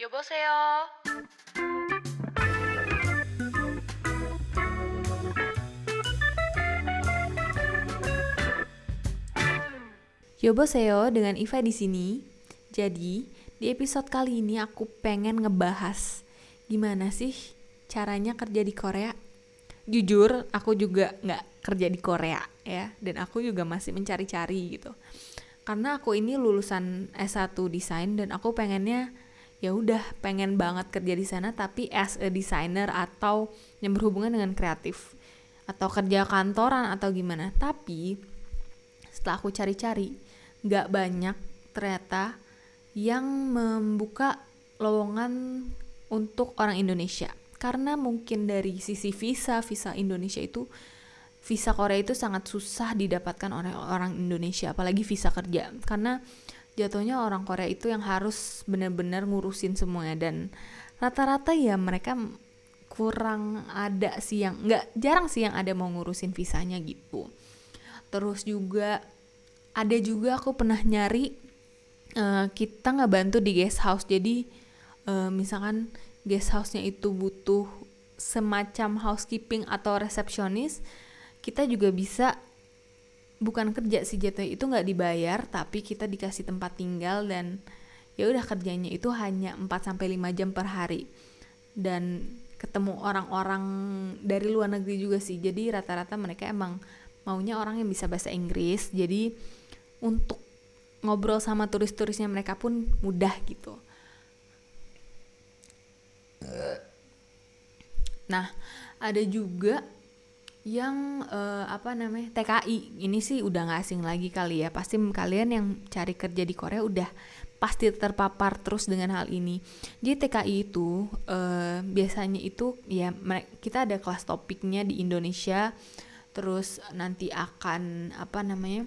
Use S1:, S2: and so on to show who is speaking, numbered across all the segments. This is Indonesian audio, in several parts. S1: 여보세요.
S2: Yoboseo dengan Iva di sini. Jadi, di episode kali ini aku pengen ngebahas gimana sih caranya kerja di Korea. Jujur, aku juga nggak kerja di Korea ya, dan aku juga masih mencari-cari gitu. Karena aku ini lulusan S1 desain dan aku pengennya ya udah pengen banget kerja di sana tapi as a designer atau yang berhubungan dengan kreatif atau kerja kantoran atau gimana. Tapi setelah aku cari-cari nggak banyak ternyata yang membuka lowongan untuk orang Indonesia karena mungkin dari sisi visa visa Indonesia itu visa Korea itu sangat susah didapatkan oleh orang Indonesia apalagi visa kerja karena jatuhnya orang Korea itu yang harus benar-benar ngurusin semuanya dan rata-rata ya mereka kurang ada sih yang nggak jarang sih yang ada mau ngurusin visanya gitu terus juga ada juga aku pernah nyari eh, kita nggak bantu di guest house jadi eh, misalkan guest house-nya itu butuh semacam housekeeping atau resepsionis kita juga bisa bukan kerja sih jatuhnya itu nggak dibayar tapi kita dikasih tempat tinggal dan ya udah kerjanya itu hanya 4 sampai 5 jam per hari dan ketemu orang-orang dari luar negeri juga sih jadi rata-rata mereka emang maunya orang yang bisa bahasa Inggris jadi untuk ngobrol sama turis-turisnya mereka pun mudah gitu nah ada juga yang eh, apa namanya TKI ini sih udah nggak asing lagi kali ya pasti kalian yang cari kerja di Korea udah pasti terpapar terus dengan hal ini jadi TKI itu eh, biasanya itu ya mere- kita ada kelas topiknya di Indonesia terus nanti akan apa namanya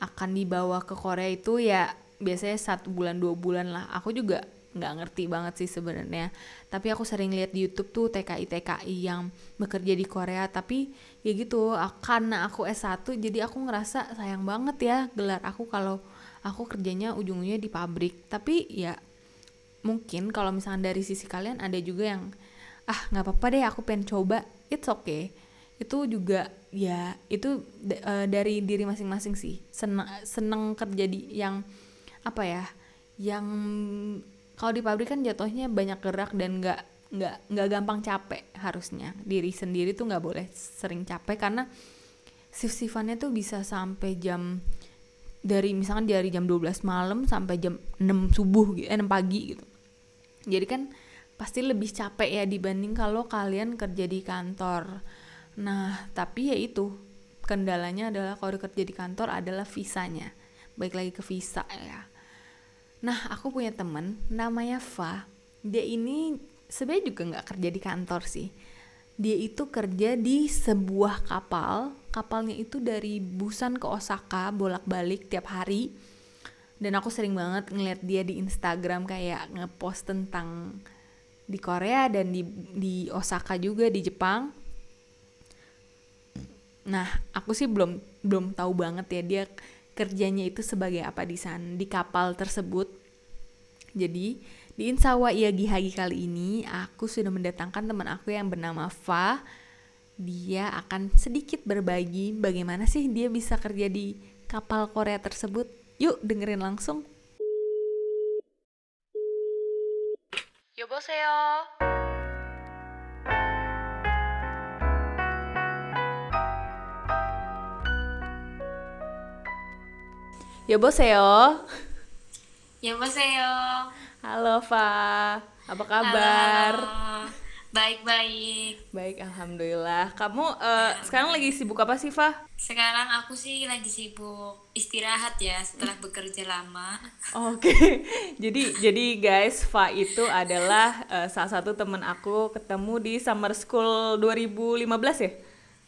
S2: akan dibawa ke Korea itu ya biasanya satu bulan dua bulan lah aku juga nggak ngerti banget sih sebenarnya tapi aku sering lihat di YouTube tuh TKI TKI yang bekerja di Korea tapi ya gitu a- karena aku S1 jadi aku ngerasa sayang banget ya gelar aku kalau aku kerjanya ujungnya di pabrik tapi ya mungkin kalau misalnya dari sisi kalian ada juga yang ah nggak apa-apa deh aku pengen coba it's okay itu juga ya itu d- eh, dari diri masing-masing sih seneng seneng kerja di yang apa ya yang kalau di pabrik kan jatuhnya banyak gerak dan nggak nggak nggak gampang capek harusnya diri sendiri tuh nggak boleh sering capek karena shift shiftannya tuh bisa sampai jam dari misalkan dari jam 12 malam sampai jam 6 subuh gitu, eh, 6 pagi gitu jadi kan pasti lebih capek ya dibanding kalau kalian kerja di kantor nah tapi ya itu kendalanya adalah kalau kerja di kantor adalah visanya baik lagi ke visa ya Nah, aku punya temen namanya Fa. Dia ini sebenarnya juga nggak kerja di kantor sih. Dia itu kerja di sebuah kapal. Kapalnya itu dari Busan ke Osaka bolak-balik tiap hari. Dan aku sering banget ngeliat dia di Instagram kayak ngepost tentang di Korea dan di di Osaka juga di Jepang. Nah, aku sih belum belum tahu banget ya dia kerjanya itu sebagai apa di sana di kapal tersebut. Jadi di Insawa Iagi Hagi kali ini aku sudah mendatangkan teman aku yang bernama Fa. Dia akan sedikit berbagi bagaimana sih dia bisa kerja di kapal Korea tersebut. Yuk dengerin langsung.
S1: 여보세요.
S2: Ya, Yoboseo.
S3: Ya, Yoboseo.
S2: Halo Fa. Apa kabar?
S3: Halo. Baik-baik.
S2: Baik, alhamdulillah. Kamu eh, sekarang lagi sibuk apa sih, Fa?
S3: Sekarang aku sih lagi sibuk istirahat ya setelah bekerja lama.
S2: Oke, jadi jadi guys, Fa itu adalah eh, salah satu temen aku ketemu di Summer School 2015 ya.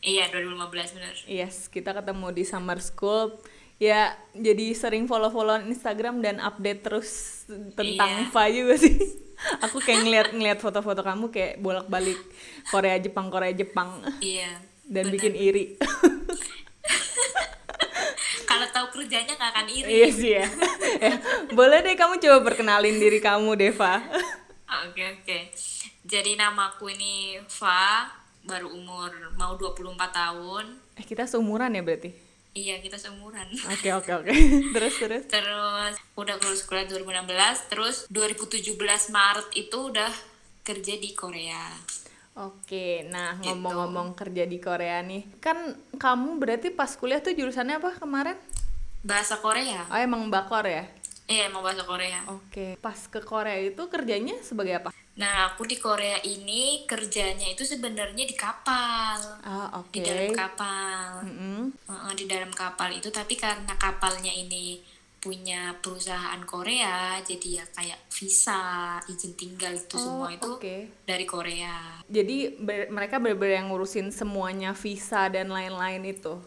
S3: Iya, 2015 benar.
S2: Yes, kita ketemu di Summer School. Ya, jadi sering follow-followan Instagram dan update terus tentang
S3: Iya.
S2: Fa juga sih. Aku kayak ngeliat ngeliat foto-foto kamu kayak bolak-balik Korea Jepang Korea Jepang
S3: Iya.
S2: dan
S3: benar.
S2: bikin iri.
S3: kalau tahu kerjanya nggak akan iri.
S2: Iya sih ya. Eh, Boleh deh kamu coba perkenalin diri kamu, Deva.
S3: Ah, oke oke. Jadi namaku ini Fa, baru umur mau 24 tahun.
S2: Eh kita seumuran ya berarti.
S3: Iya, kita seumuran.
S2: Oke oke oke. terus terus.
S3: Terus udah lulus kuliah 2016, terus 2017 Maret itu udah kerja di Korea.
S2: Oke, nah
S3: Gitu.
S2: ngomong-ngomong kerja di Korea nih, kan kamu berarti pas kuliah tuh jurusannya apa kemarin?
S3: Bahasa Korea?
S2: Oh emang bakor ya?
S3: Iya, mau bahasa Korea.
S2: Oke, pas ke Korea itu kerjanya sebagai apa?
S3: Nah, aku di Korea ini kerjanya itu sebenarnya di kapal.
S2: Ah
S3: Di dalam kapal.
S2: Mm-mm.
S3: Heeh, di dalam kapal itu tapi karena kapalnya ini punya perusahaan Korea jadi ya kayak visa izin tinggal itu
S2: Oh,
S3: semua itu
S2: oke.
S3: dari Korea
S2: Jadi ber- mereka benar-benar yang ngurusin semuanya visa dan lain-lain itu.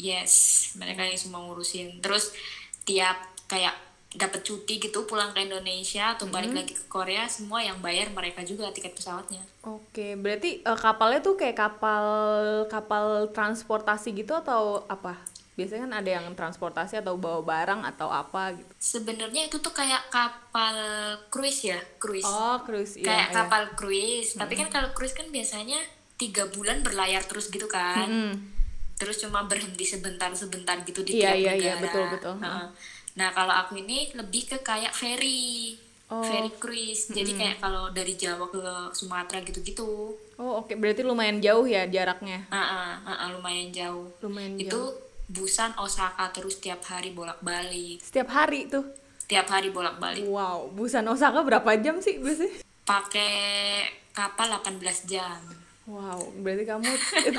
S3: yes mereka yang semua ngurusin terus tiap kayak dapat cuti gitu pulang ke Indonesia atau balik
S2: Mm-hmm.
S3: lagi ke Korea semua yang bayar mereka juga tiket pesawatnya
S2: Oke, berarti eh, kapalnya tuh kayak kapal kapal transportasi gitu atau apa? Biasanya kan ada yang transportasi atau bawa barang atau apa gitu.
S3: sebenarnya itu tuh kayak kapal cruise ya cruise
S2: Oh, cruise iya,
S3: kayak
S2: iya.
S3: kapal cruise tapi kan kalau cruise kan biasanya tiga bulan berlayar terus gitu kan
S2: Mm-mm.
S3: terus cuma berhenti sebentar-sebentar gitu di
S2: Iya,
S3: tiap
S2: iya,
S3: negara.
S2: iya, betul, betul.
S3: Heeh. Nah kalau aku ini lebih ke kayak ferry,
S2: Oh.
S3: ferry cruise. Jadi kayak kalau dari Jawa ke Sumatera gitu-gitu,
S2: Oh, oke, berarti lumayan jauh ya jaraknya.
S3: Heeh, heeh, lumayan jauh.
S2: Lumayan
S3: Itu
S2: jauh.
S3: Busan, Osaka terus tiap hari bolak-balik,
S2: Setiap hari tuh.
S3: tiap hari bolak-balik.
S2: Wow, Busan Osaka berapa jam sih biasanya?
S3: Pakai kapal 18 jam.
S2: Wow, berarti kamu,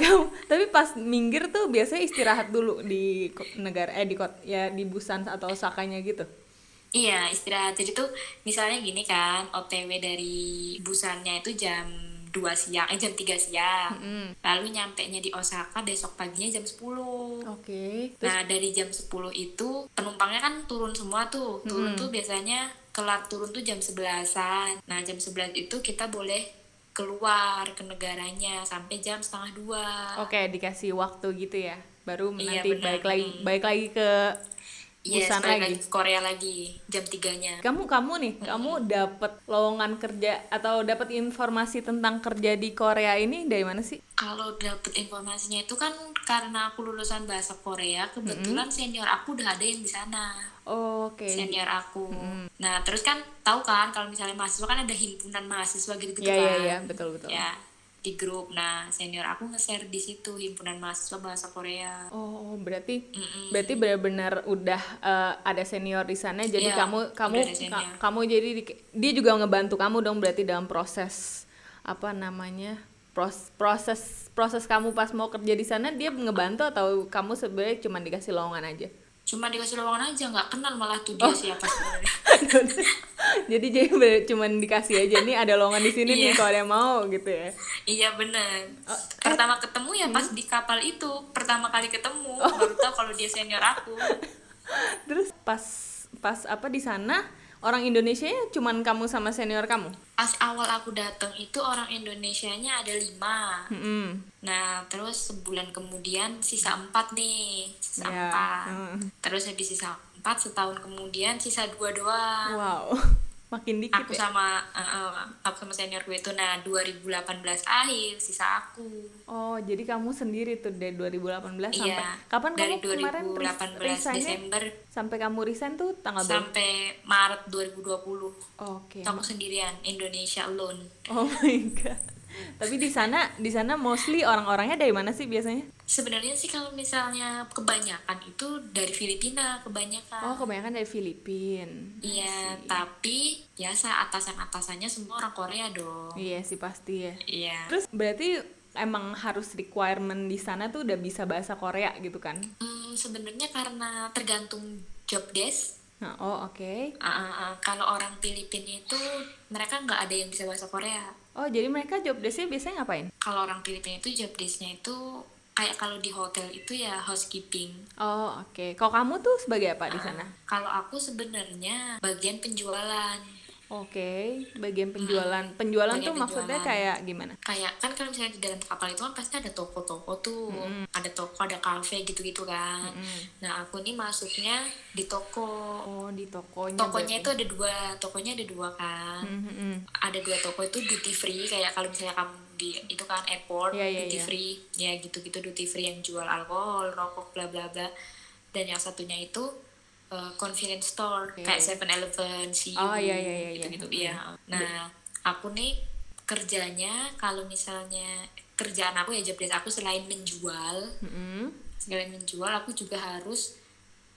S2: kamu tapi pas minggir tuh biasanya istirahat dulu di ko- negara eh di kot ya di Busan atau Osakanya gitu.
S3: Iya istirahat. Jadi tuh misalnya gini kan, OTW dari Busannya itu jam 2 siang, eh jam 3 siang.
S2: Mm.
S3: Lalu nyampe nya di Osaka besok paginya jam
S2: Oke.
S3: 10.
S2: Oh, Terus
S3: Nah, dari jam 10 itu penumpangnya kan turun semua tuh. Turun tuh biasanya kelar turun tuh jam 11-an. Nah, jam 11 itu kita boleh keluar ke negaranya sampai jam setengah dua.
S2: oke dikasih waktu gitu ya. Baru
S3: Nah. Iya,
S2: nanti
S3: benar.
S2: balik lagi balik lagi ke
S3: Yes,
S2: Busan
S3: balik
S2: lagi.
S3: lagi ke Korea lagi jam 3-nya.
S2: Kamu kamu nih, kamu dapat lowongan kerja atau dapat informasi tentang kerja di Korea ini dari mana sih?
S3: Kalau dapet informasinya itu kan karena aku lulusan bahasa Korea, kebetulan senior aku udah ada yang di sana.
S2: Oke.
S3: senior aku. Nah, terus kan tahu kan kalau misalnya mahasiswa kan ada himpunan mahasiswa gitu-gitu
S2: Iya
S3: kan.
S2: iya iya, betul betul.
S3: Ya, di grup. Nah, senior aku nge-share di situ himpunan mahasiswa bahasa Korea.
S2: Oh, berarti
S3: Mm-mm.
S2: berarti benar-benar udah eh, ada senior di sana jadi
S3: Iya,
S2: kamu kamu
S3: udah ada senior.
S2: ka- kamu jadi di- dia juga ngebantu kamu dong berarti dalam proses apa namanya pros- proses proses kamu pas mau kerja di sana dia ngebantu atau kamu sebenarnya cuma dikasih lowongan aja
S3: Cuma dikasih lowongan aja nggak kenal malah tuh
S2: Oh.
S3: dia siapa sebenarnya.
S2: jadi jadi bener- cuma dikasih aja nih ada lowongan di sini nih
S3: Iya.
S2: kalau ada yang mau gitu ya
S3: iya bener.
S2: Oh, eh.
S3: Pertama ketemu ya pas di kapal itu. Pertama kali ketemu
S2: Oh.
S3: baru tahu kalau dia senior aku.
S2: terus pas pas apa di sana orang Indonesia ya cuman kamu sama senior kamu
S3: Pas awal aku datang itu orang Indonesianya ada lima.
S2: Mm-mm.
S3: Nah, terus sebulan kemudian sisa empat nih, sisa
S2: Ya,
S3: empat.
S2: heeh.
S3: Terus habis sisa empat setahun kemudian sisa dua doang.
S2: Wow, makin dikit
S3: Aku
S2: ya.
S3: sama eh, eh, aku sama senior gue itu nah 2018 akhir sisa aku.
S2: Oh, jadi kamu sendiri tuh dari 2018 sampai
S3: Iya.
S2: kapan
S3: dari
S2: kamu kemarin res-
S3: 2018
S2: resignnya?
S3: Desember
S2: Sampai kamu resign tuh tanggal berapa?
S3: sampai Maret 2020.
S2: Oke.
S3: Aku sendirian Indonesia alone.
S2: Oh my god. Tapi di sana di sana mostly orang-orangnya dari mana sih biasanya?
S3: Sebenarnya sih kalau misalnya kebanyakan itu dari Filipina kebanyakan.
S2: Oh, kebanyakan dari Filipina.
S3: Iya, tapi biasa atasan-atasannya semua orang Korea dong.
S2: Iya sih pasti ya.
S3: Iya.
S2: Terus berarti emang harus requirement di sana tuh udah bisa bahasa Korea gitu kan?
S3: Hmm, sebenarnya karena tergantung job desk.
S2: Nah, oh oke.
S3: Ah, ah, ah. kalau orang Filipina itu mereka nggak ada yang bisa bahasa Korea.
S2: Oh, jadi mereka job desk-nya biasanya ngapain?
S3: Kalau orang Filipina itu job desk-nya itu kayak kalau di hotel itu ya housekeeping. Uh-uh.
S2: Oh, oke. Kalau kamu tuh sebagai apa di sana?
S3: Kalau aku sebenarnya bagian penjualan.
S2: Oke, bagian penjualan. Penjualan tuh
S3: Bagian
S2: maksudnya
S3: penjualan.
S2: kayak gimana?
S3: kayak kan kalau misalnya di dalam kapal itu kan pasti ada toko-toko tuh ada toko ada kafe gitu-gitu kan nah aku ini masuknya di toko
S2: Oh, di tokonya.
S3: tokonya
S2: berarti.
S3: itu ada dua tokonya ada dua kan
S2: Mm, mm, mm.
S3: ada dua toko itu duty free kayak kalau misalnya kamu di itu kan airport
S2: Iya, iya,
S3: duty
S2: iya.
S3: free ya gitu-gitu duty free yang jual alkohol rokok bla bla bla dan yang satunya itu eh, convenience store
S2: Oke.
S3: kayak Seven Eleven, CU,
S2: Oh, iya, iya, iya,
S3: gitu gitu
S2: iya.
S3: iya. Nah aku nih kerjanya kalau misalnya kerjaan aku ya job desk aku selain menjual
S2: Mm-mm.
S3: selain menjual aku juga harus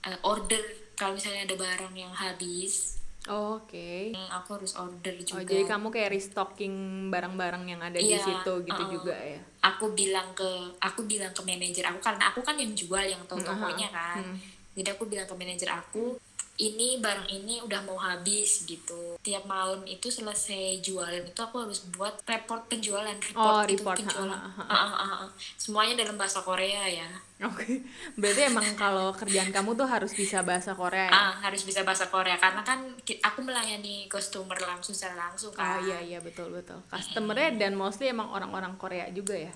S3: eh, order kalau misalnya ada barang yang habis
S2: Oh, Oke.
S3: hmm, aku harus order
S2: Oh,
S3: juga
S2: jadi kamu kayak restocking barang-barang yang ada di
S3: Iya,
S2: situ gitu
S3: uh-uh.
S2: juga ya.
S3: aku bilang ke aku bilang ke manajer aku karena aku kan yang jual yang tahu tokonya kan
S2: Hmm.
S3: jadi aku bilang ke manajer aku ini barang ini udah mau habis gitu tiap malam itu selesai jualan itu aku harus buat report penjualan report
S2: Oh,
S3: gitu,
S2: report, ha,
S3: penjualan
S2: ha,
S3: Ah, ah, ah, ah. semuanya dalam bahasa Korea ya
S2: Oke. Berarti emang kalau kerjaan kamu tuh harus bisa bahasa Korea. ya?
S3: ah harus bisa bahasa Korea karena kan ki- aku melayani customer langsung secara langsung
S2: Ah
S3: kan
S2: iya iya betul betul. Customernya dan mostly emang orang-orang Korea juga ya.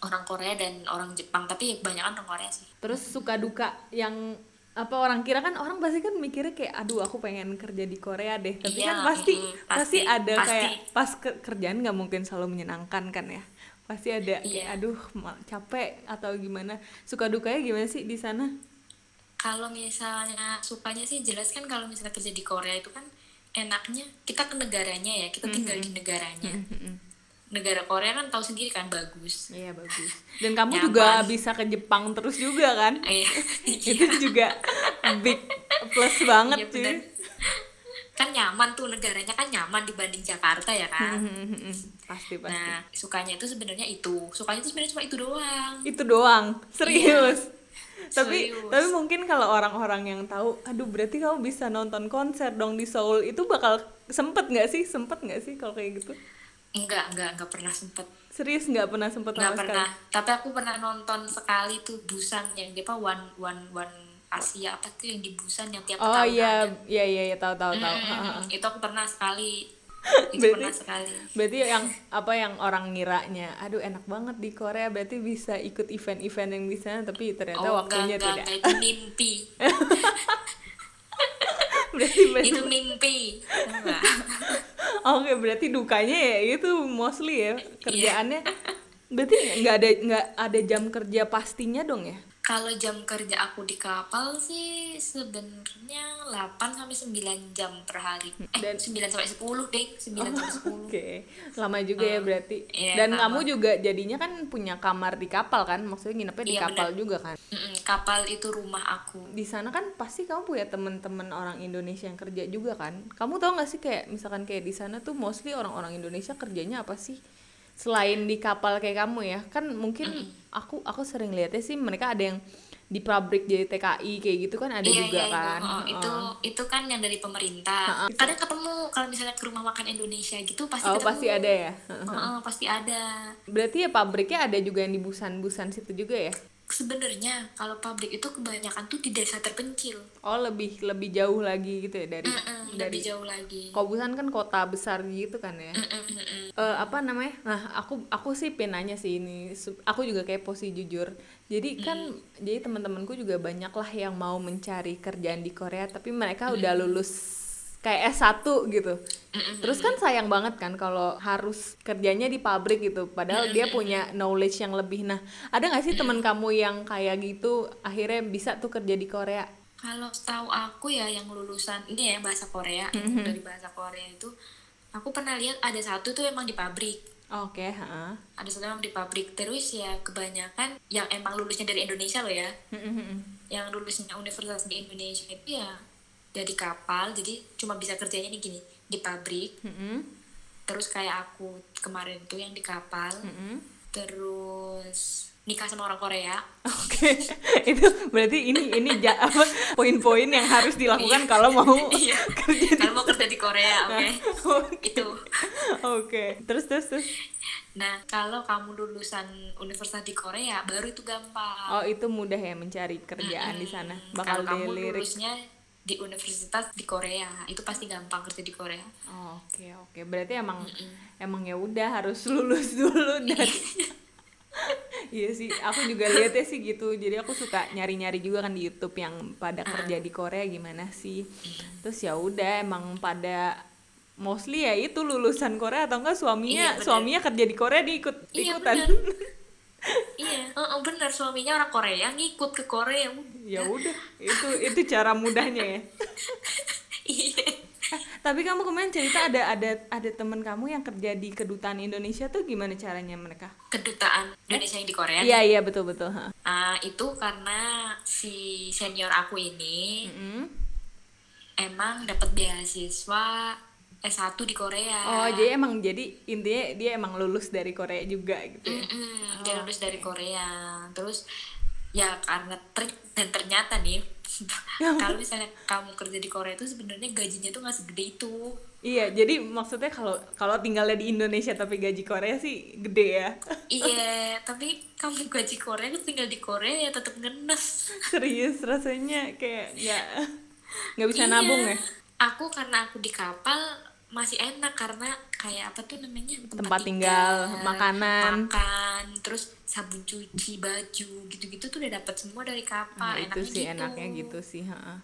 S3: orang Korea dan orang Jepang tapi kebanyakan orang Korea sih
S2: Terus suka duka yang apa orang kira kan orang pasti kan mikirnya kayak aduh aku pengen kerja di Korea deh tapi
S3: Iya,
S2: kan pasti, pasti
S3: mm-mm, pasti,
S2: ada
S3: pasti.
S2: kayak pas ke- kerjaan nggak mungkin selalu menyenangkan kan ya pasti ada kayak,
S3: Iya.
S2: aduh ma- capek atau gimana suka dukanya gimana sih di sana
S3: kalau misalnya sukanya sih jelas kan kalau misalnya kerja di Korea itu kan enaknya kita ke negaranya ya kita tinggal di negaranya negara Korea kan tahu sendiri kan bagus
S2: iya bagus dan kamu
S3: Nyaman.
S2: juga bisa ke Jepang terus juga kan
S3: Eh,
S2: itu juga big plus banget
S3: iya
S2: cuy
S3: bener. kan nyaman tuh negaranya kan nyaman dibanding Jakarta ya kan
S2: pasti pasti
S3: nah sukanya itu sebenarnya itu sukanya itu sebenarnya cuma itu doang
S2: itu doang serius tapi
S3: Iya. Serius.
S2: tapi mungkin kalau orang-orang yang tahu aduh berarti kamu bisa nonton konser dong di Seoul itu bakal sempet nggak sih sempet nggak sih kalau kayak gitu
S3: enggak enggak enggak pernah sempet
S2: serius nggak pernah sempet sama
S3: enggak pernah tapi aku pernah nonton sekali tuh Busan yang dia apa one one one Asia apa tuh yang di Busan yang tiap
S2: sekali oh
S3: tahun
S2: iya
S3: ada.
S2: iya iya iya, tahu tahu tahu Ha, ha.
S3: Mm, itu aku pernah sekali itu
S2: Berarti-
S3: pernah sekali
S2: berarti yang apa yang orang ngiranya aduh enak banget di Korea berarti bisa ikut event-event yang di sana tapi ternyata
S3: oh
S2: waktunya
S3: enggak enggak
S2: tidak
S3: enggak itu mimpi
S2: berarti
S3: itu
S2: berarti-
S3: mimpi Enggak.
S2: Oke, berarti dukanya ya itu mostly ya kerjaannya.
S3: Iya.
S2: Berarti nggak ada nggak ada jam kerja pastinya dong ya?
S3: kalau jam kerja aku di kapal sih sebenarnya 8 sampai 9 jam per hari eh
S2: Dan- Oh,
S3: 9 sampai 10 deh 9 sampai 10
S2: Oke, lama juga ya berarti.
S3: iya,
S2: Dan
S3: lama.
S2: kamu juga jadinya kan punya kamar di kapal kan? Maksudnya nginepnya di
S3: Iya,
S2: kapal juga kan?
S3: Mm-mm, kapal itu rumah aku
S2: Di sana kan pasti kamu punya temen-temen orang Indonesia yang kerja juga kan? Kamu tahu nggak sih kayak misalkan kayak di sana tuh mostly orang-orang Indonesia kerjanya apa sih? Selain di kapal kayak kamu ya, kan mungkin aku aku sering lihatnya sih mereka ada yang di pabrik jadi TKI kayak gitu kan ada juga
S3: iya,
S2: kan?
S3: oh,
S2: Heeh.
S3: itu itu kan yang dari pemerintah
S2: Heeh.
S3: kadang ketemu kalau misalnya ke rumah makan Indonesia gitu pasti
S2: Oh
S3: ketemu
S2: pasti ada ya. Heeh.
S3: Heeh, pasti ada
S2: Berarti ya pabriknya ada juga yang di busan-busan situ juga ya?
S3: sebenarnya kalau pabrik itu kebanyakan tuh di desa terpencil
S2: Oh lebih lebih jauh lagi gitu ya dari
S3: Mm-mm,
S2: dari
S3: lebih jauh lagi
S2: Kalau Busan kan kota besar gitu kan ya. Eh, apa namanya? Nah, aku aku sih penanya sih ini. Su- Aku juga kepo sih jujur. Jadi kan jadi teman-temanku juga banyak lah yang mau mencari kerjaan di Korea tapi mereka udah lulus kayak S1 gitu. Terus kan sayang banget kan kalau harus kerjanya di pabrik gitu padahal dia punya knowledge yang lebih. Nah, ada nggak sih teman kamu yang kayak gitu akhirnya bisa tuh kerja di Korea?
S3: kalau tahu aku ya yang lulusan ini ya yang bahasa Korea yang dari bahasa Korea itu aku pernah lihat ada satu tuh emang di pabrik
S2: Oke, heeh.
S3: ada satu emang di pabrik terus ya kebanyakan yang emang lulusnya dari Indonesia loh ya
S2: Hmm,
S3: yang lulusnya universitas di Indonesia itu ya dari kapal jadi cuma bisa kerjanya nih gini di pabrik
S2: Heeh.
S3: terus kayak aku kemarin tuh yang di kapal
S2: Heeh.
S3: terus nikah sama orang Korea
S2: Oke, itu berarti ini ini ja- apa poin-poin yang harus dilakukan kalau mau.
S3: iya kalau mau kerja di Korea oke itu
S2: Oke, terus terus terus.
S3: nah kalau kamu lulusan universitas di Korea baru itu gampang
S2: Oh itu mudah ya mencari kerjaan di sana.
S3: Hmm,
S2: Bakal
S3: kalau kamu
S2: dilirik.
S3: lulusnya di universitas di Korea itu pasti gampang kerja di Korea
S2: Oh, oke oke berarti emang emang ya udah harus lulus dulu dan iya sih aku juga lihatnya sih gitu jadi aku suka nyari nyari juga kan di YouTube yang
S3: Ah.
S2: pada kerja di Korea gimana sih terus ya udah emang pada mostly ya itu lulusan Korea atau enggak
S3: Iya,
S2: suaminya
S3: bener.
S2: suaminya kerja di Korea dia ikut
S3: Iya,
S2: ikutan
S3: bener. iya oh, bener suaminya orang Korea ngikut ke Korea
S2: ya udah itu itu cara mudahnya ya
S3: iya
S2: tapi kamu kemarin cerita ada ada ada temen kamu yang kerja di kedutaan Indonesia tuh gimana caranya mereka
S3: kedutaan Indonesia yang di Korea
S2: Iya iya betul betul. Ha.
S3: Ah, itu karena si senior aku ini
S2: Mm-mm.
S3: emang dapat beasiswa S1 di Korea
S2: Oh jadi emang jadi intinya dia emang lulus dari Korea juga gitu.
S3: Mm.
S2: ya?
S3: Mm-mm, dia lulus dari Korea terus ya karena trik dan ternyata nih
S2: Ya
S3: kalau misalnya kamu kerja di Korea itu sebenarnya gajinya tuh nggak segede itu
S2: Iya jadi maksudnya kalau kalau tinggalnya di Indonesia tapi gaji Korea sih gede ya.
S3: iya tapi kamu gaji Korea lu tinggal di Korea ya tetap ngenes
S2: Serius rasanya kayak nggak nggak bisa
S3: Iya.
S2: nabung ya.
S3: aku karena aku di kapal masih enak karena kayak apa tuh namanya
S2: Tempat tinggal, makanan.
S3: makan terus sabun cuci baju gitu-gitu tuh udah dapat semua dari
S2: Nah,
S3: kapal
S2: itu
S3: enaknya
S2: sih
S3: gitu.
S2: enaknya gitu sih. ha.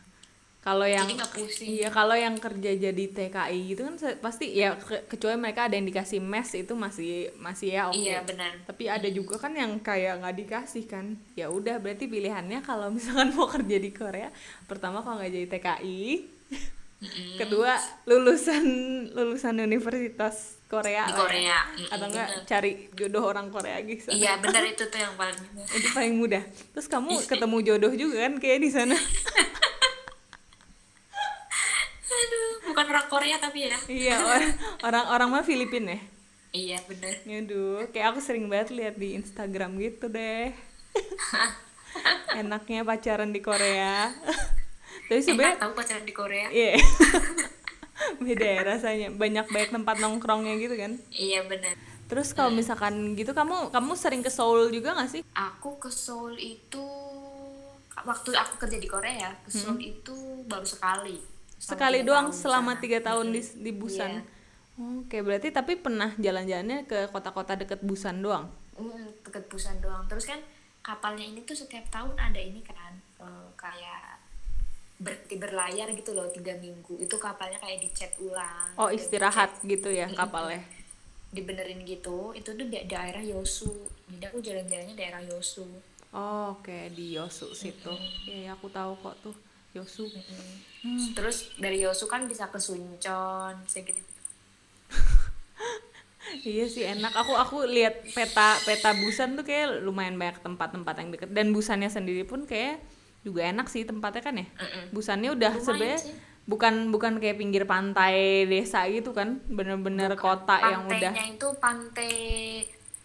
S2: Kalau yang
S3: nggak pusing.
S2: iya kalau yang kerja jadi TKI gitu kan se- pasti ya ke- kecuali mereka ada yang dikasih mes itu masih masih ya oke.
S3: iya benar
S2: tapi ada juga kan yang kayak nggak dikasih kan ya udah berarti pilihannya kalau misalkan mau kerja di Korea pertama kalau nggak jadi TKI
S3: Mm-mm.
S2: kedua lulusan lulusan universitas Korea lah
S3: Di
S2: ya.
S3: Korea, mm-mm,
S2: atau enggak
S3: bener.
S2: cari jodoh orang Korea gitu
S3: iya benar itu tuh yang paling benar.
S2: itu paling mudah terus kamu ketemu jodoh juga kan kayak di sana
S3: aduh bukan orang Korea tapi ya
S2: iya or- orang orang mah Filipin ya
S3: iya benar
S2: Aduh, kayak aku sering banget lihat di Instagram gitu deh. Enaknya pacaran di Korea. Tapi
S3: enak
S2: sebenarnya
S3: tahu pacaran di Korea
S2: iya. Beda ya rasanya. Banyak banyak tempat nongkrongnya gitu kan.
S3: iya benar
S2: Terus
S3: Iya.
S2: kalau misalkan gitu kamu kamu sering ke Seoul juga gak sih?
S3: aku ke Seoul itu waktu aku kerja di Korea ya, ke Seoul itu baru sekali Selama
S2: Hmm. Sekali
S3: tiga
S2: doang
S3: tahun di
S2: selama
S3: sana.
S2: tiga tahun di di Busan.
S3: Iya.
S2: Oke, berarti tapi pernah jalan-jalannya ke kota-kota deket Busan doang.
S3: Mm, deket Busan doang. Terus kan kapalnya ini tuh setiap tahun ada ini kan eh, kayak berhenti berlayar gitu loh tiga minggu. Itu kapalnya kayak dicat ulang.
S2: Oh,
S3: dan
S2: istirahat gitu ya kapalnya.
S3: Dibenerin gitu. Itu tuh di daerah Yosu. Jadi aku jalan-jalannya daerah Yosu.
S2: Oh, oke di Yosu situ. Iya, iya, aku tahu kok tuh Yosu. Hmm.
S3: Terus dari Yosu kan bisa ke Suncheon, bisa gitu.
S2: Iya sih enak. Aku aku lihat peta peta Busan tuh kayak lumayan banyak tempat-tempat yang deket dan Busannya sendiri pun kayak juga enak sih tempatnya kan ya.
S3: Mm-mm.
S2: Busannya udah
S3: Lumayan
S2: sebenarnya
S3: sih.
S2: bukan bukan kayak pinggir pantai desa gitu kan, bener-bener kota yang udah.
S3: Pantainya itu pantai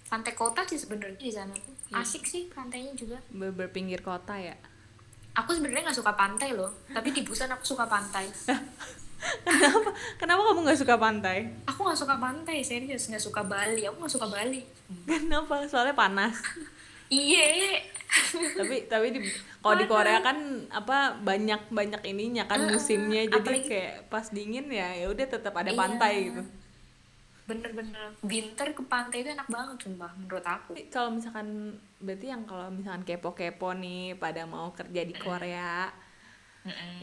S3: pantai kota sih sebenarnya di sana tuh.
S2: Iya.
S3: Asik sih pantainya juga.
S2: ber- berpinggir kota ya.
S3: Aku sebenarnya nggak suka pantai loh, tapi di Busan aku suka pantai.
S2: Kenapa kenapa kamu nggak suka pantai?
S3: aku nggak suka pantai serius nggak suka Bali aku nggak suka Bali
S2: Kenapa? Soalnya panas.
S3: iya
S2: tapi tapi di kalau di Korea kan apa banyak banyak ininya kan musimnya jadi
S3: apalagi- Iya.
S2: kayak pas dingin ya ya udah tetap ada pantai gitu
S3: bener-bener winter ke pantai itu enak banget sumpah menurut aku
S2: Tapi kalau misalkan berarti yang kalau misalkan kepo-kepo nih pada mau kerja di Korea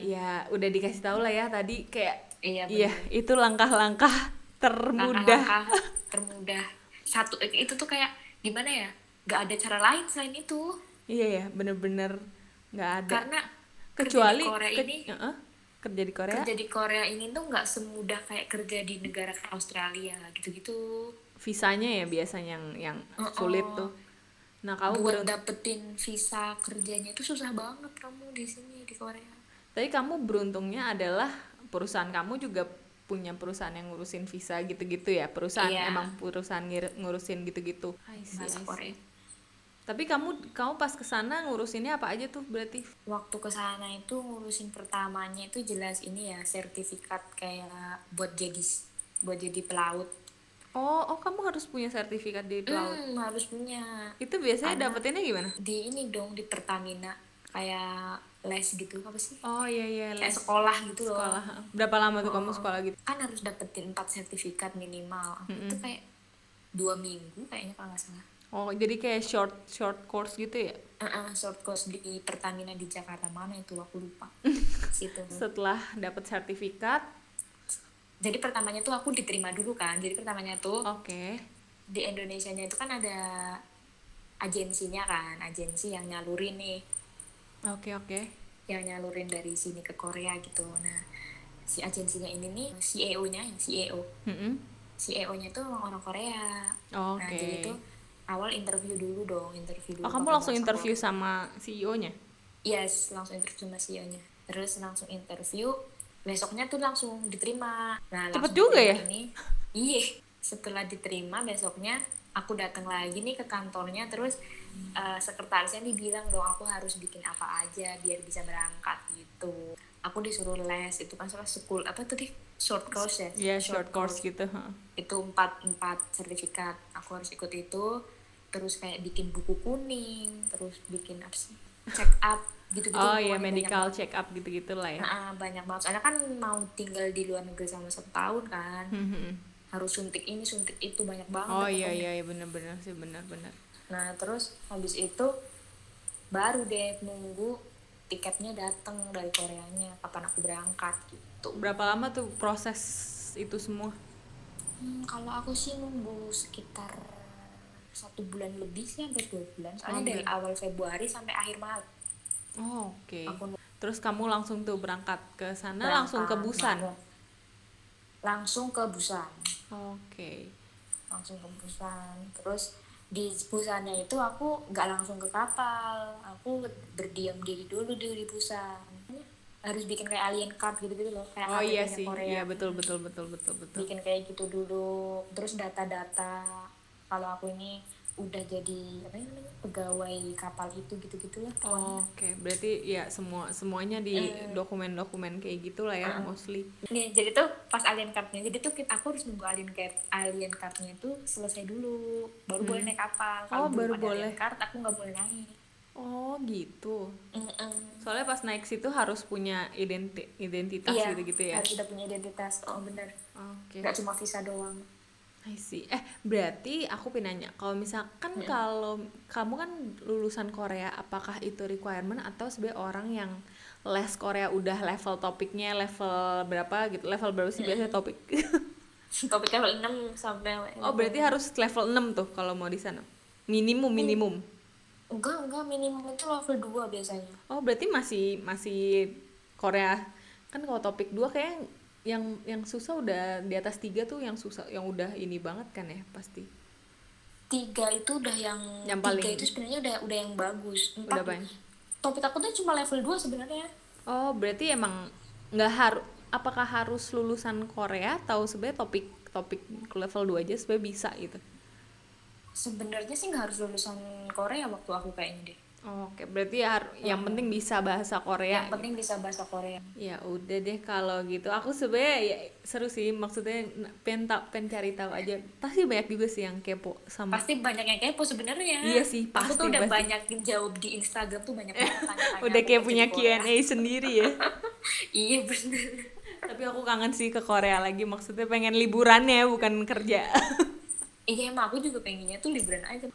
S2: ya udah dikasih tahu lah ya tadi kayak
S3: iya bener.
S2: iya itu langkah-langkah termudah
S3: Langkah-langkah termudah satu eh, itu tuh kayak gimana ya nggak ada cara lain selain itu
S2: iya ya bener-bener nggak ada
S3: karena
S2: kecuali
S3: kerja di Korea
S2: ke-
S3: ini
S2: Heeh, kerja di Korea
S3: kerja di Korea ini tuh nggak semudah kayak kerja di negara kayak Australia gitu-gitu
S2: visanya ya biasanya yang yang sulit tuh nah kamu
S3: buat
S2: beruntung-
S3: dapetin visa kerjanya itu susah banget kamu di sini di Korea
S2: Tapi kamu beruntungnya adalah perusahaan kamu juga punya perusahaan yang ngurusin visa gitu-gitu ya. Perusahaan
S3: Iya.
S2: emang perusahaan ngir- ngurusin gitu-gitu.
S3: bahasa Korea
S2: Tapi kamu kamu pas ke sana ngurusinnya apa aja tuh berarti?
S3: waktu ke sana itu ngurusin pertamanya itu jelas ini ya sertifikat kayak buat jadi buat jadi pelaut.
S2: Oh, oh kamu harus punya Mm. sertifikat di pelaut.
S3: Hmm, harus punya
S2: Itu biasanya dapetinnya gimana?
S3: di ini dong di Pertamina. kayak les gitu apa sih
S2: Oh iya iya
S3: kayak
S2: les
S3: sekolah gitu loh
S2: sekolah. Berapa lama tuh kamu sekolah gitu?
S3: kan harus dapetin 4 sertifikat minimal Aku itu kayak dua minggu kayaknya kalau nggak salah
S2: Oh jadi kayak short short course gitu ya?
S3: Heeh, short course di Pertamina di Jakarta mana itu aku lupa situ
S2: Setelah dapat sertifikat,
S3: jadi pertamanya tuh aku diterima dulu kan jadi pertamanya tuh
S2: oke.
S3: di Indonesia nya itu kan ada agensinya kan agensi yang nyalurin nih
S2: Oke oke.
S3: yang nyalurin dari sini ke Korea gitu nah si agensinya ini nih E CEO nya CEO
S2: Mm-mm.
S3: CEO nya E tuh orang Korea nah
S2: Oke.
S3: jadi tuh awal interview dulu dong interview dulu
S2: Oh kamu
S3: pakai
S2: langsung
S3: WhatsApp
S2: interview sama E CEO-nya?
S3: Yes, langsung interview sama CEO-nya. Terus langsung interview, besoknya tuh langsung diterima. Nah,
S2: Cepet
S3: langsung
S2: juga
S3: diterima
S2: ya?
S3: Ini, iya, setelah diterima besoknya aku datang lagi nih ke kantornya terus eh, sekretarisnya dibilang dong aku harus bikin apa aja biar bisa berangkat gitu. Aku disuruh les itu kan soal school apa tuh deh short course ya?
S2: Iya short, course gitu. ha.
S3: itu empat empat sertifikat aku harus ikut itu terus kayak bikin buku kuning terus bikin apa sih check up gitu gitu
S2: Oh iya medical check up gitu gitulah
S3: Nah,
S2: ya.
S3: banyak banget soalnya kan mau tinggal di luar negeri sama setahun kan
S2: Mm-mm.
S3: harus suntik ini suntik itu banyak banget
S2: Hmm. Oh iya
S3: pokoknya.
S2: iya iya, bener-bener sih bener-bener.
S3: nah terus habis itu baru deh nunggu tiketnya datang dari Koreanya kapan aku berangkat gitu
S2: Berapa lama tuh proses itu semua?
S3: Hmm, kalau aku sih nunggu sekitar satu bulan lebih sih hampir dua bulan soalnya dari awal Februari sampai akhir Maret
S2: Oh, iya. oke.
S3: aku nunggu
S2: Terus kamu langsung tuh berangkat ke sana
S3: berangkat,
S2: langsung ke Busan.
S3: nunggu. langsung ke Busan
S2: Oke.
S3: langsung ke Busan terus di Busannya itu aku nggak langsung ke kapal aku berdiam diri dulu di di Busan harus bikin kayak alien card gitu-gitu loh kayak
S2: Oh iya
S3: KTP-nya
S2: sih.
S3: Korea
S2: Iya betul betul betul betul betul.
S3: bikin kayak gitu dulu terus data-data kalau aku ini udah jadi apa ya namanya pegawai kapal itu gitu gitulah
S2: Oh, oke. Berarti ya semua semuanya di
S3: Eh.
S2: dokumen-dokumen kayak gitulah ya
S3: Ah.
S2: mostly.
S3: nih jadi tuh pas alien cardnya jadi tuh kita- aku harus nunggu alien card alien cardnya itu selesai dulu baru boleh naik
S2: Oh,
S3: kapal kalau
S2: baru
S3: belum ada alien
S2: boleh.
S3: card aku nggak Hmm. boleh naik
S2: Oh, gitu.
S3: Mm-mm.
S2: Soalnya pas naik situ harus punya identi identitas
S3: iya
S2: gitu-gitu ya.
S3: harus udah punya identitas oh bener
S2: Oke.
S3: nggak cuma visa doang
S2: I see. Eh, berarti aku pinanya, kalau misalkan
S3: Iya.
S2: kalau kamu kan lulusan Korea, apakah itu requirement atau sebagai orang yang les Korea udah level topiknya level berapa gitu? Level berapa sih biasanya topik?
S3: topiknya kalau enam sampai
S2: oh, berarti harus level 6 tuh kalau mau di sana. Minimum minimum.
S3: enggak enggak minimum itu level 2 biasanya
S2: Oh, berarti masih masih Korea. Kan kalau topik 2 kayak yang yang susah udah di atas 3 tuh yang susah yang udah ini banget kan ya pasti.
S3: tiga itu udah yang,
S2: Yang
S3: tiga
S2: paling-
S3: itu sebenarnya udah udah yang bagus empat
S2: Udah ya? banyak.
S3: topik aku tuh cuma level 2 sebenarnya
S2: Oh, berarti emang nggak harus apakah harus lulusan Korea atau sebenarnya topik topik level 2 aja sebenarnya bisa gitu.
S3: sebenarnya sih nggak harus lulusan Korea waktu aku kayaknya deh
S2: Oh, Oke, berarti ya har- yang penting bisa bahasa
S3: yang
S2: Korea.
S3: penting bisa bahasa Korea
S2: Ya udah deh kalau gitu. Aku sebenarnya ya seru sih maksudnya n- pengen ta- pengen cari tahu aja. Pasti banyak juga sih yang kepo sama
S3: pasti banyak yang kepo sebenarnya
S2: Iya sih,
S3: aku
S2: pasti,
S3: tuh udah
S2: pasti.
S3: banyak jawab di Instagram tuh banyak banget tanya-tanya
S2: udah
S3: aku
S2: kayak
S3: jadi
S2: punya
S3: Korea.
S2: Q&A sendiri ya.
S3: iya bener
S2: Tapi aku kangen sih ke Korea lagi. Maksudnya pengen liburannya bukan kerja.
S3: iya emang aku juga pengennya tuh liburan aja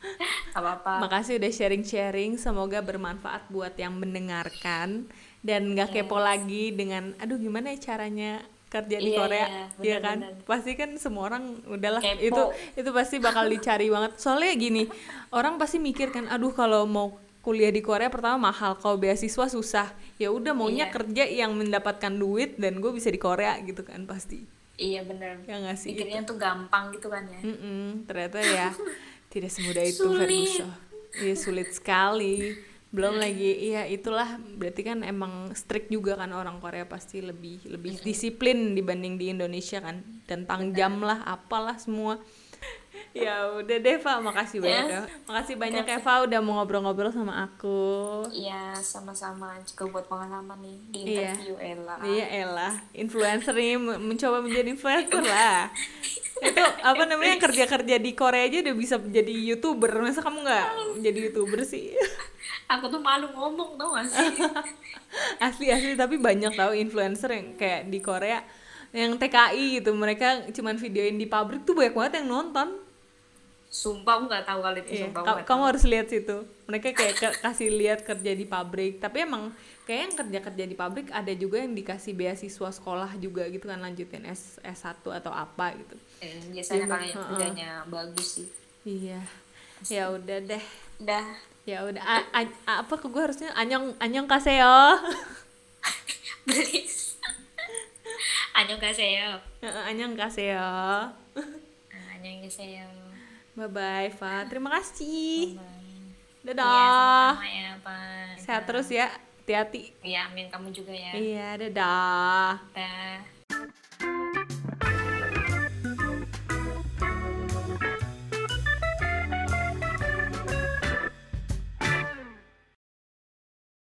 S3: gak apa-apa
S2: Makasih udah sharing-sharing. Semoga bermanfaat buat yang mendengarkan dan nggak kepo lagi dengan aduh gimana ya caranya kerja di
S3: Iya,
S2: Korea,
S3: iya,
S2: Iya kan?
S3: benar-benar.
S2: Pasti kan semua orang udahlah
S3: Kepo.
S2: itu itu pasti bakal dicari banget. Soalnya gini, orang pasti mikir kan aduh kalau mau kuliah di Korea pertama mahal, kalau beasiswa susah. Ya udah maunya
S3: Iya.
S2: kerja yang mendapatkan duit dan gue bisa di Korea gitu kan pasti.
S3: iya bener
S2: Ya nggak sih?
S3: pikirnya tuh gampang gitu kan ya
S2: Mm-mm, ternyata ya tidak semudah itu
S3: Sulit.
S2: Ferguson. Iya sulit sekali. Belum lagi iya itulah berarti kan emang strict juga kan orang Korea pasti lebih lebih disiplin dibanding di Indonesia kan. Tentang jam lah, apalah semua. ya udah deh Eva, makasih banyak
S3: Ya.
S2: ya. Makasih banyak Eva udah mau ngobrol-ngobrol sama aku.
S3: Iya, sama-sama juga buat pengalaman nih di
S2: Iya.
S3: interview Ella.
S2: Iya elah, influencer ini men- mencoba menjadi influencer lah. Itu apa namanya kerja-kerja di Korea aja udah bisa jadi youtuber, masa kamu nggak jadi youtuber sih?
S3: aku tuh malu ngomong tau gak sih
S2: asli asli tapi banyak tahu influencer yang kayak di Korea yang TKI gitu mereka cuman videoin di pabrik tuh banyak banget yang nonton
S3: sumpah aku nggak tahu kali itu
S2: Iya,
S3: sumpah
S2: ka-
S3: aku nggak
S2: kamu
S3: tahu.
S2: harus lihat situ mereka kayak ke- kasih lihat kerja di pabrik tapi emang kayak yang kerja kerja di pabrik ada juga yang dikasih beasiswa sekolah juga gitu kan lanjutin S S1 atau apa gitu
S3: Hmm, biasanya
S2: Iya,
S3: kalau yang
S2: heeh.
S3: kerjanya bagus sih
S2: iya ya udah deh
S3: udah
S2: ya udah A- a- a- apa ke gue harusnya anyong anyong kaseo
S3: beli 안녕하세요
S2: anyong kaseo
S3: 안녕하세요
S2: bye bye Fa terima kasih Iya,
S3: dah
S2: dadah
S3: Iya, ya Pak Iya,
S2: sehat terus ya hati-hati
S3: ya amin kamu juga ya
S2: iya dadah
S3: Dah.